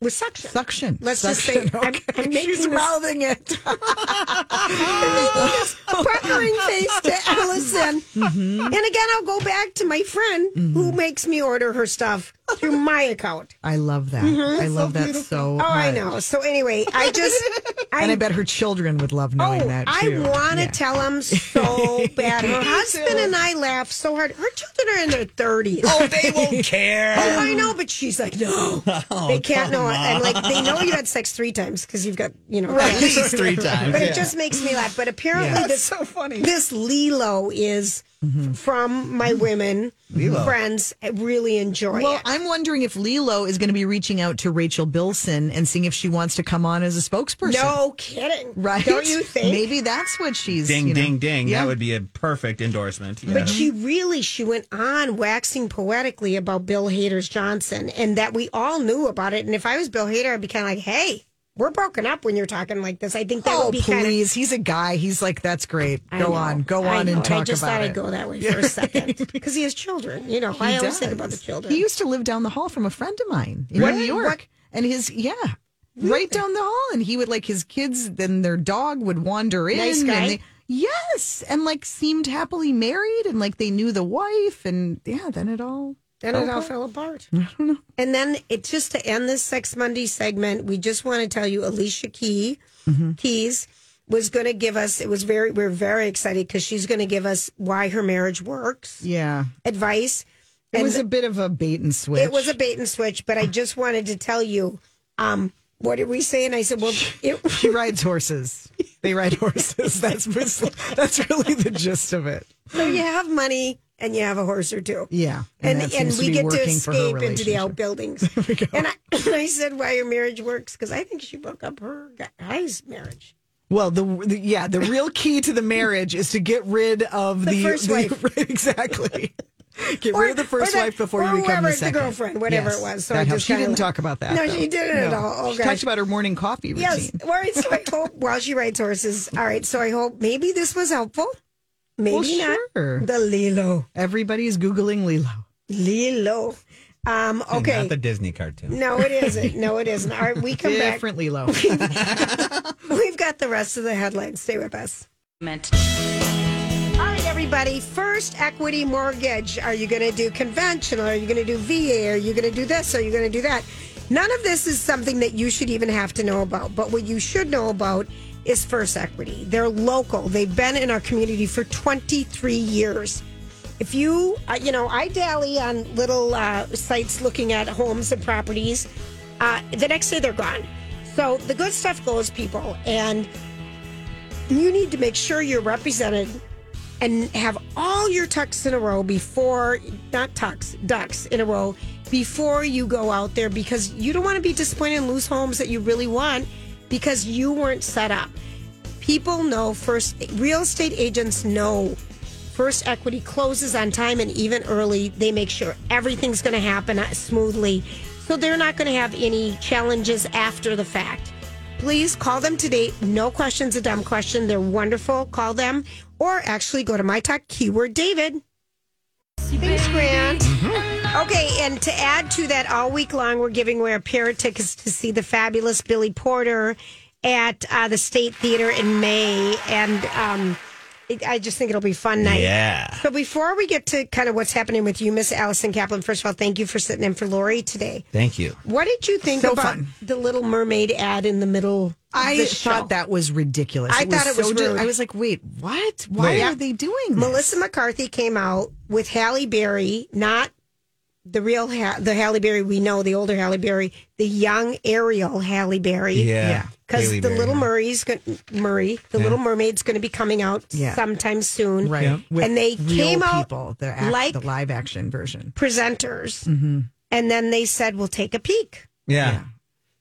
B: with suction.
C: Suction.
B: Let's
C: Suction,
B: just say I'm, I'm making
C: She's
B: this,
C: mouthing it.
B: I'm making this puckering face to Allison.
C: Mm-hmm.
B: And again, I'll go back to my friend who makes me order her stuff through my account.
C: I love that.
B: Mhm.
C: I love that so.
B: Oh, I
C: much.
B: know. So anyway, I just I, Oh,
C: and I bet her children would love knowing that
B: I
C: too.
B: want to tell him so bad. Her husband and I laugh so hard. Her children are in their thirties.
A: Oh, they won't care.
B: Oh, I know, but she's like, no,
A: Oh,
B: they can't know.
A: come
B: it. And like, they know
A: on.
B: you had sex three times because you've got, you know,
A: Right. At least three times,
B: But
A: yeah.
B: it just makes me laugh. But apparently,
A: Yeah.
B: this so funny. This Lilo is
A: Mm-hmm.
B: from my women
C: Lilo.
B: friends. I really enjoy
C: Well,
B: it.
C: I'm wondering if Lilo is going to be reaching out to Rachel Bilson and seeing if she wants to come on as a spokesperson.
B: No kidding,
C: Right?
B: Don't you think?
C: Maybe that's what she's.
A: Ding,
C: you know-
A: ding, ding.
C: Yeah.
A: That would be a perfect endorsement. Yeah.
B: But she really, she went on waxing poetically about Bill Hader's Johnson and that we all knew about it. And if I was Bill Hader, I'd be kind of like, hey, we're broken up when you're talking like this. I think that
C: Oh,
B: would be
C: please.
B: kind of.
C: He's a guy. He's like, that's great.
B: I
C: Go
B: know.
C: on. Go
B: I
C: on
B: know.
C: and talk
B: I just
C: about
B: thought
C: it.
B: I'd go that way for a second because he has children. You know,
C: He
B: I always think
C: does.
B: about the children.
C: He used to live down the hall from a friend of mine in
B: What-
C: New York.
B: what-
C: And his, yeah. Right down the hall, and he would like his kids. Then their dog would wander in.
B: Nice guy.
C: And they, yes, and like seemed happily married, and like they knew the wife, and yeah. Then it all
B: Then
C: fell
B: it all
C: apart.
B: fell apart. And then it just to end this Sex Monday segment, we just want to tell you Alicia Key
C: Mm-hmm.
B: Keys was going to give us. It was very we're very excited because she's going to give us why her marriage works
C: Yeah,
B: advice.
C: it
B: And
C: was a bit of a bait and switch.
B: It was a bait and switch, but I just wanted to tell you. Um, what did we say? And I said, well, it,
C: She rides horses. They ride horses. That's that's really the gist of it.
B: so you have money and you have a horse or two.
C: Yeah,
B: and
C: that
B: and,
C: seems
B: we
C: be
B: get to
C: working for her
B: escape into the
C: relationship.
B: outbuildings. And I, and I said, "Why your marriage works?" Because I think she broke up her guy's marriage.
C: Well, the, the yeah, the real key to the marriage is to get rid of
B: The
C: the,
B: first wife.
C: right, exactly. Get
B: Or-
C: rid of the first
B: or the-
C: wife before
B: or
C: you become
B: whoever,
C: the
B: the
C: second.
B: girlfriend, whatever it was. So
C: that
B: I
C: helps.
B: just
C: she
B: kinda
C: didn't
B: like-
C: talk about that.
B: No,
C: though.
B: she didn't at all.
C: She
B: Okay.
C: talked about her morning coffee routine.
B: Yes. All right. So I hope while she rides horses. All right. So I hope maybe this was helpful. Maybe
C: well,
B: not.
C: sure.
B: The Lilo.
C: Everybody's googling Lilo.
B: Lilo. Um,
A: And
B: okay.
A: Not the Disney cartoon.
B: no, it isn't. No, it isn't. All right. We come back.
C: Different Lilo.
B: We've got the rest of the headlines. Stay with us. All right, everybody. First equity mortgage. Are you going to do conventional? Are you going to do VA? Are you going to do this? Are you going to do that? None of this is something that you should even have to know about. But what you should know about is First Equity. They're local, they've been in our community for 23 years. If you, uh, you know, I dally on little uh, sites looking at homes and properties. Uh, the next day they're gone. So the good stuff goes, people. And you need to make sure you're represented and have all your tucks in a row before not tucks ducks in a row before you go out there because you don't want to be disappointed and lose homes that you really want because you weren't set up people know first real estate agents know first equity closes on time and even early they make sure everything's going to happen smoothly So they're not going to have any challenges after the fact. Please call them today. No question's a dumb question. They're wonderful. Call them or actually go to my talk keyword David. Mm-hmm. Thanks, Grant. Okay, and to add to that, all week long we're giving away a pair of tickets to see the fabulous Billy Porter at uh, the State Theater in May, and um, it, I just think it'll be a fun night.
A: Yeah.
B: So before we get to kind of what's happening with you, Miss Allison Kaplan, first of all, thank you for sitting in for Lori today.
A: Thank you.
B: What did you think
C: So
B: about
C: fun.
B: the Little Mermaid ad in the middle?
C: I
B: of the show?
C: thought that was ridiculous.
B: I thought it was
C: so di-
B: rude.
C: I was like, wait, what? Why
B: Wait.
C: are they doing this?
B: Melissa McCarthy came out with Halle Berry, not the real ha- the Halle Berry we know, the older Halle Berry, the young Ariel Halle Berry.
A: Yeah. Yeah.
B: Because
A: Halle
B: the
A: Berry.
B: Little Murray's gon- Murray, the
A: Yeah.
B: Little Mermaid's going to be coming out
C: Yeah.
B: sometime soon.
C: Right. With
B: And they
C: real
B: came out
C: people, the act-
B: like
C: the live action version.
B: presenters,
C: Mm-hmm.
B: and then they said, "We'll take a peek."
A: Yeah.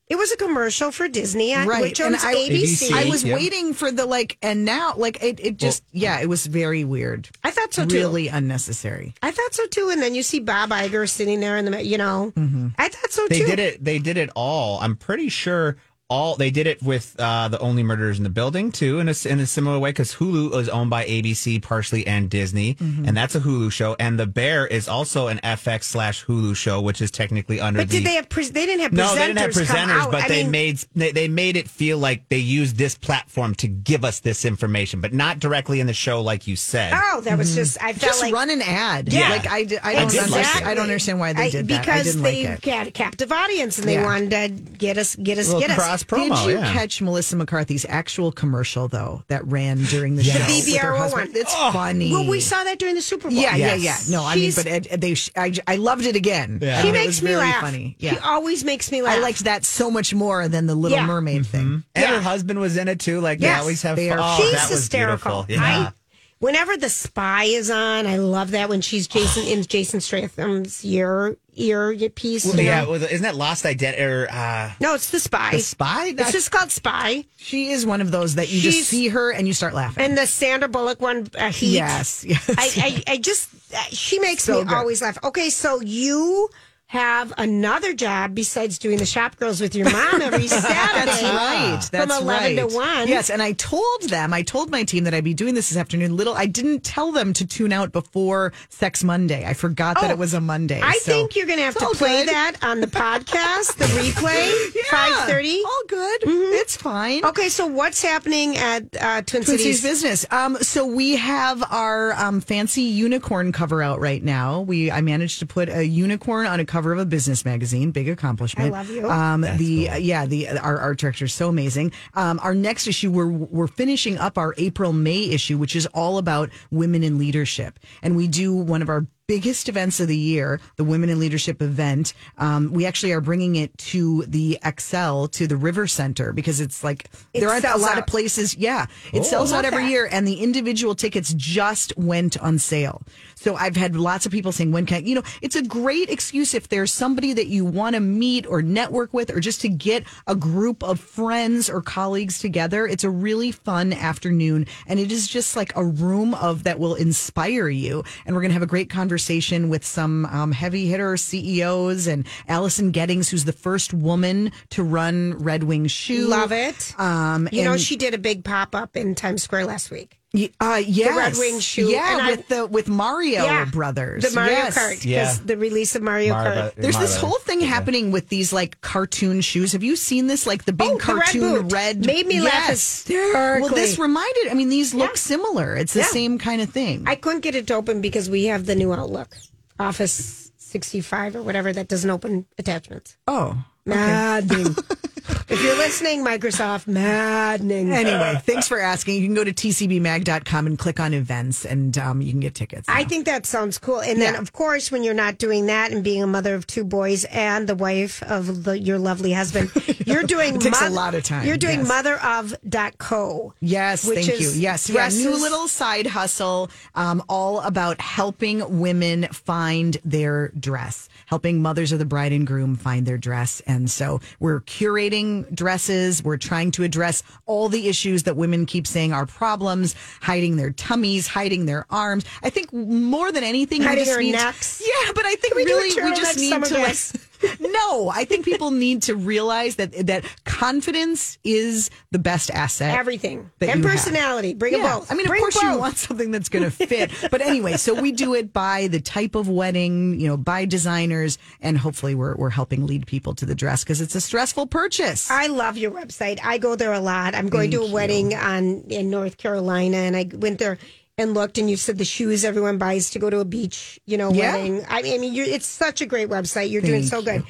B: It was a commercial for Disney, uh,
C: Right.
B: which
C: and
B: owns
C: I,
B: ABC.
C: I was
A: yeah.
C: waiting for the like, and now like it, it just yeah, it was very weird.
B: I thought so too.
C: really unnecessary.
B: I thought so too, and then you see Bob Iger sitting there in the, you know,
C: Mm-hmm.
B: I thought so
A: They
B: too.
A: did it. They did it all. I'm pretty sure all they did it with uh, the only murders in the building too, in a, in a similar way because Hulu is owned by ABC partially and Disney,
B: Mm-hmm.
A: and that's a Hulu show. And the Bear is also an FX slash Hulu show, which is technically under.
B: But
A: the,
B: did they have? Pre- they didn't have.
A: no,
B: presenters
A: they didn't have
B: come
A: presenters,
B: out.
A: but
B: I
A: they
B: mean,
A: made they, they made it feel like they used this platform to give us this information, but not directly in the show, like you said.
B: Oh, that was just. I felt
C: Mm-hmm. Just
B: like
C: run an ad.
A: Yeah.
C: Like I, d- I
A: I
C: don't
A: did like
C: understand.
A: it.
C: I don't understand why they
B: I-
C: did that. I
B: because
C: didn't
B: they
C: like it.
B: had a captive audience and they
C: Yeah.
B: wanted to get us, get us,
A: Little
B: get us.
A: cross promo,
C: Did you
A: yeah.
C: catch Melissa McCarthy's actual commercial though that ran during the
B: The
C: show? with her
B: VBRO
C: husband?
B: one. Oh,
C: It's
A: Oh.
C: funny.
B: Well, we saw that during the Super Bowl.
C: Yeah, yeah, yeah. No, I mean, but it, they, sh- I, j- I loved it again.
B: She
C: I mean, it was
B: makes me
C: very
B: laugh.
C: Funny.
B: She
C: Yeah.
B: always makes me laugh.
C: I liked that so much more than the Little
B: Yeah. Mm-hmm.
C: Mermaid thing.
A: and her husband was in it too. Like they
B: Yes,
A: always have.
C: they
A: fun.
C: are-
A: Oh,
B: she's
A: that was
B: hysterical.
A: beautiful. Yeah.
B: I, whenever the spy is on, I love that when she's Jason in Jason Statham's ear ear piece.
A: Well,
B: you
A: yeah,
B: know?
A: well, isn't that Lost Identity? Or, uh,
B: No, it's the spy.
A: The Spy?
B: It's just called spy.
C: She is one of those that you
B: She's-
C: just see her and you start laughing.
B: And the Sandra Bullock one, uh, Heat.
C: Yes, yes.
B: I, I, I just, uh, she makes
C: So
B: me
C: good.
B: always laugh. Okay, so you have another job besides doing the shop girls with your mom every Saturday.
C: That's right. That's
B: from 11
C: right.
B: to 1.
C: Yes, and I told them, I told my team that I'd be doing this this afternoon. Little, I didn't tell them to tune out before Sex Monday. I forgot that
B: Oh,
C: it was a Monday.
B: I
C: so-
B: think you're going to have
C: It's
B: to
C: all
B: play
C: good.
B: that on the podcast, the replay,
C: Yeah,
B: 5.30.
C: All good.
B: Mm-hmm.
C: It's fine.
B: Okay, so what's happening at uh, Twin,
C: Twin
B: Cities?
C: Cities business. Um, so we have our um, fancy unicorn cover out right now. We I managed to put a unicorn on a cover of a business magazine. Big accomplishment.
B: I love you.
C: Um, the yeah the our art director is so amazing. Um, our next issue we're we're finishing up our April May issue, which is all about women in leadership, and we do one of our biggest events of the year, the Women in Leadership event. Um, we actually are bringing it to the Excel to the River Center because it's like
B: It
C: there aren't a
B: sells
C: lot
B: out.
C: of places. Yeah, it
B: Oh.
C: sells out
B: Love
C: every
B: that.
C: year, and the individual tickets just went on sale. So I've had lots of people saying, "When can I-" you know?" It's a great excuse if there's somebody that you want to meet or network with, or just to get a group of friends or colleagues together. It's a really fun afternoon, and it is just like a room of that will inspire you. And we're gonna have a great conversation with some um, heavy hitter CEOs and Allison Gettings, who's the first woman to run Red Wing Shoe.
B: Love it.
C: Um,
B: you know,
C: and-
B: she did a big pop-up in Times Square last week.
C: Y- Uh, yes.
B: Red Wing shoe,
C: Yeah,
B: and I-
C: with the with Mario Brothers.
B: The Mario
C: Yes.
B: Kart. 'cause
A: Yeah.
B: The release of Mario
A: Mario
B: Kart.
A: Bro-
C: There's this
A: Mario.
C: whole thing happening with these like cartoon shoes. Have you seen this? Like the big
B: Oh, the red
C: cartoon
B: boot.
C: red.
B: Made me laugh
C: Yes.
B: hysterically.
C: Well, this reminded. I mean, these look
B: Yeah.
C: similar. It's the
B: Yeah.
C: same kind of thing.
B: I couldn't get it to open because we have the new Outlook Office 65 or whatever that doesn't open attachments.
C: oh.
B: Maddening. if you're listening, Microsoft, maddening.
C: Anyway, thanks for asking. You can go to tcbmag.com and click on events, and um, you can get tickets.
B: I
C: now.
B: think that sounds cool. And then,
C: Yeah.
B: of course, when you're not doing that and being a mother of two boys and the wife of the, your lovely husband, you're doing
C: It takes a lot of time,
B: You're doing
C: yes.
B: mother of dot co.
C: Yes,
B: which
C: thank you.
B: is
C: Yes, yeah, new
B: dresses-
C: little side hustle, um, all about helping women find their dress, helping mothers of the bride and groom find their dress, and so we're curating dresses. We're trying to address all the issues that women keep saying are problems: hiding their tummies, hiding their arms. I think more than anything, we
B: Hiding
C: just
B: their
C: need-
B: necks.
C: Yeah, but I think
B: Can we do a
C: really we
B: turtleneck
C: just need
B: summer
C: to like,
B: dress?
C: no, I think people need to realize that that confidence is the best asset.
B: Everything
C: that
B: and
C: you have.
B: personality. Bring them
C: Yeah.
B: both.
C: I mean, of
B: Bring
C: course you
B: both.
C: want something that's going to fit. But anyway, so we do it by the type of wedding, you know, by designers, and hopefully we're we're helping lead people to the dress because it's a stressful purchase.
B: I love your website. I go there a lot. I'm going to
C: Thank
B: a wedding on in North Carolina, and I went there and looked, and you said the shoes everyone buys to go to a beach, you know,
C: Yeah.
B: wedding. I mean, I mean, you're, it's such a great website. You're doing
C: Thank
B: so good.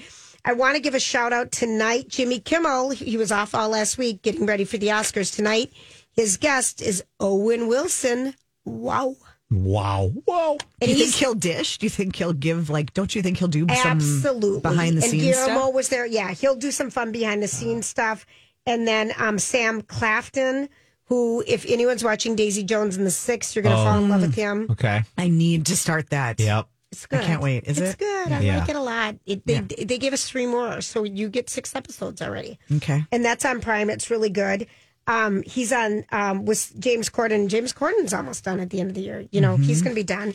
B: I want to give a shout out tonight, Jimmy Kimmel. He was off all last week, getting ready for the Oscars tonight. His guest is Owen Wilson. Wow.
A: Wow. Whoa.
C: Do you think he'll dish? Do you think he'll give like? Don't you think he'll do
B: Absolutely.
C: some behind the
B: and
C: scenes
B: Guillermo
C: stuff? Oh.
B: was there. Yeah, he'll do some fun behind the scenes stuff. And then um, Sam Clafton, who, if anyone's watching Daisy Jones and the Six, you're going to
A: Oh.
B: fall in love with
C: Hmm.
B: him.
A: Okay.
C: I need to start that.
A: Yep.
B: It's good.
C: I can't wait. Is
B: it's
C: it?
B: good. I
C: Yeah.
B: like it a lot. It, they, they gave us three more, so you get six episodes already.
C: Okay.
B: And that's on Prime. It's really good. Um, he's on um, with James Corden. James Corden's almost done at the end of the year. You know, he's
C: Mhm.
B: going to be done.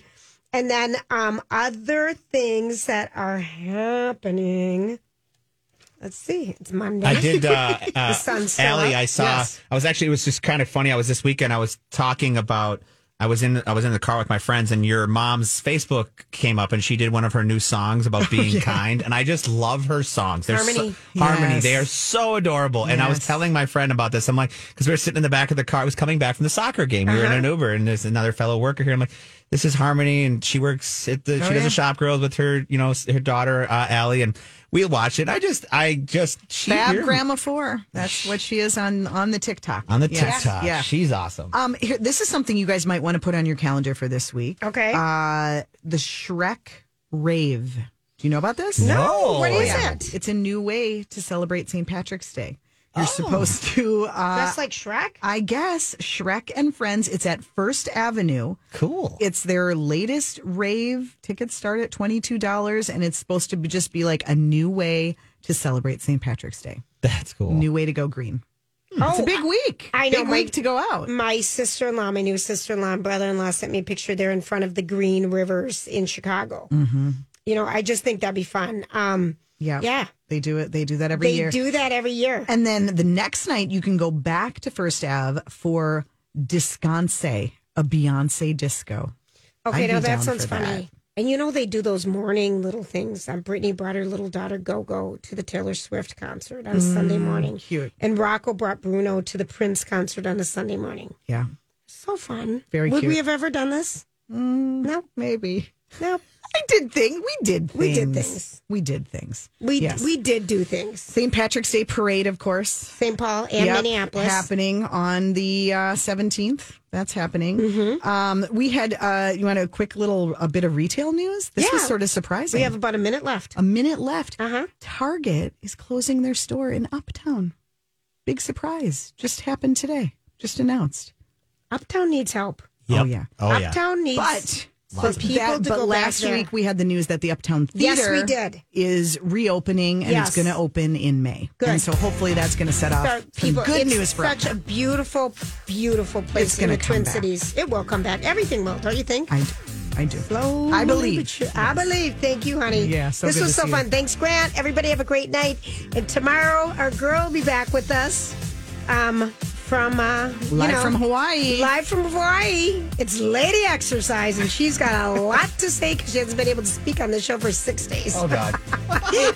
B: And then um, other things that are happening. Let's see. It's Monday.
A: I did, uh,
B: The
A: uh,
B: sun's still
A: Allie.
B: up.
A: I saw.
B: Yes.
A: I was actually. It was just kind of funny. I was this weekend. I was talking about. I was in. I was in the car with my friends, and your mom's Facebook came up, and she did one of her new songs about being kind, and I just love her songs. They're
B: Oh, Harmony.
A: so, harmony.
B: Yes.
A: They are so adorable. And I was
B: Yes.
A: telling my friend about this. I'm like, because we were sitting in the back of the car. I was coming back from the soccer game. We were in
B: Uh-huh.
A: an Uber, and there's another fellow worker here. I'm like. This is Harmony, and she works at the.
N: Oh,
A: she does
N: yeah.
A: a shop girls with her, you know, her daughter uh, Allie, and we watch it. I just, I just, she,
C: Fab
A: you're-
C: Grandma Four. That's what she is on on the TikTok.
A: on the
C: Yes.
A: TikTok.
C: Yeah.
A: She's awesome.
C: Um, here, this is something you guys might want to put on your calendar for this week.
B: Okay.
C: Uh, the Shrek rave. Do you know about this?
B: No.
A: Oh,
C: Oh,
B: What is
C: it? It's a new way to celebrate St. Patrick's Day. You're
B: Oh.
C: supposed to uh,
B: Dress like Shrek.
C: I guess Shrek and Friends. It's at First Avenue.
A: Cool.
C: It's their latest rave. Tickets start at twenty two dollars, and it's supposed to be, just be like a new way to celebrate St. Patrick's Day.
A: That's cool.
C: New way to go green.
B: Oh,
C: it's a big week.
B: I know.
C: Big
B: my,
C: week to go out.
B: My sister in law, my new sister in law, and brother in law sent me a picture there in front of the Green Rivers in Chicago.
C: Mm-hmm.
B: You know, I just think that'd be fun. Um,
C: Yeah.
B: Yeah.
C: They do it. They do that every
B: they
C: year.
B: do that every year.
C: And then the next night, you can go back to First Ave for Disconce, a Beyonce disco.
B: Okay,
C: I'd
B: now
C: be
B: that
C: down
B: sounds
C: for that.
B: funny. And you know they do those morning little things. Um, Brittany brought her little daughter Gogo to the Taylor Swift concert on Sunday
C: Mm,
B: morning.
C: cute.
B: And Rocco brought Bruno to the Prince concert on a Sunday morning.
C: Yeah.
B: So fun.
C: Very
B: Would we
C: cute.
B: have ever done this?
C: no, maybe.
B: No.
C: I did things. We did things.
B: We did things.
C: We did things.
B: We
C: Yes.
B: we did do things.
C: St. Patrick's Day parade, of course. St.
B: Paul and Minneapolis.
C: happening on the uh, seventeenth. That's happening. Um, we had uh, you want a quick little a bit of retail news. This was
B: Yeah.
C: sort of surprising.
B: We have about a minute left.
C: A minute left. Uh-huh. Target is closing their store in Uptown. Big surprise. Just happened today. Just announced.
B: Uptown needs help.
C: Oh yeah.
B: Uptown needs
C: But
B: for
C: but
B: people
C: that-
B: to
C: but
B: go
C: last
B: back there.
C: week we had the news that the Uptown
B: Yes,
C: Theater
B: we did.
C: is reopening and
B: Yes.
C: it's going to open in May.
B: Good.
C: And so hopefully that's going to set off
B: Sorry,
C: some
B: people,
C: good
B: it's
C: news for
B: such a
C: Uptown.
B: beautiful, beautiful place
C: It's
B: in
C: gonna
B: the Twin
C: come back.
B: Cities. It will come back. Everything will, don't you think?
C: I I do.
B: Slowly
C: I believe.
B: but sure- I believe. Thank you, honey.
C: Yeah, so
B: this
C: good
B: was
C: to
B: so
C: see
B: fun.
C: you.
B: Thanks, Grant. Everybody have a great night. And tomorrow, our girl will be back with us um, from uh, you
C: Live
B: know,
C: from Hawaii.
B: Live from Hawaii. It's Lady Exercise, and she's got a lot to say because she hasn't been able to speak on the show for six days.
A: Oh, God.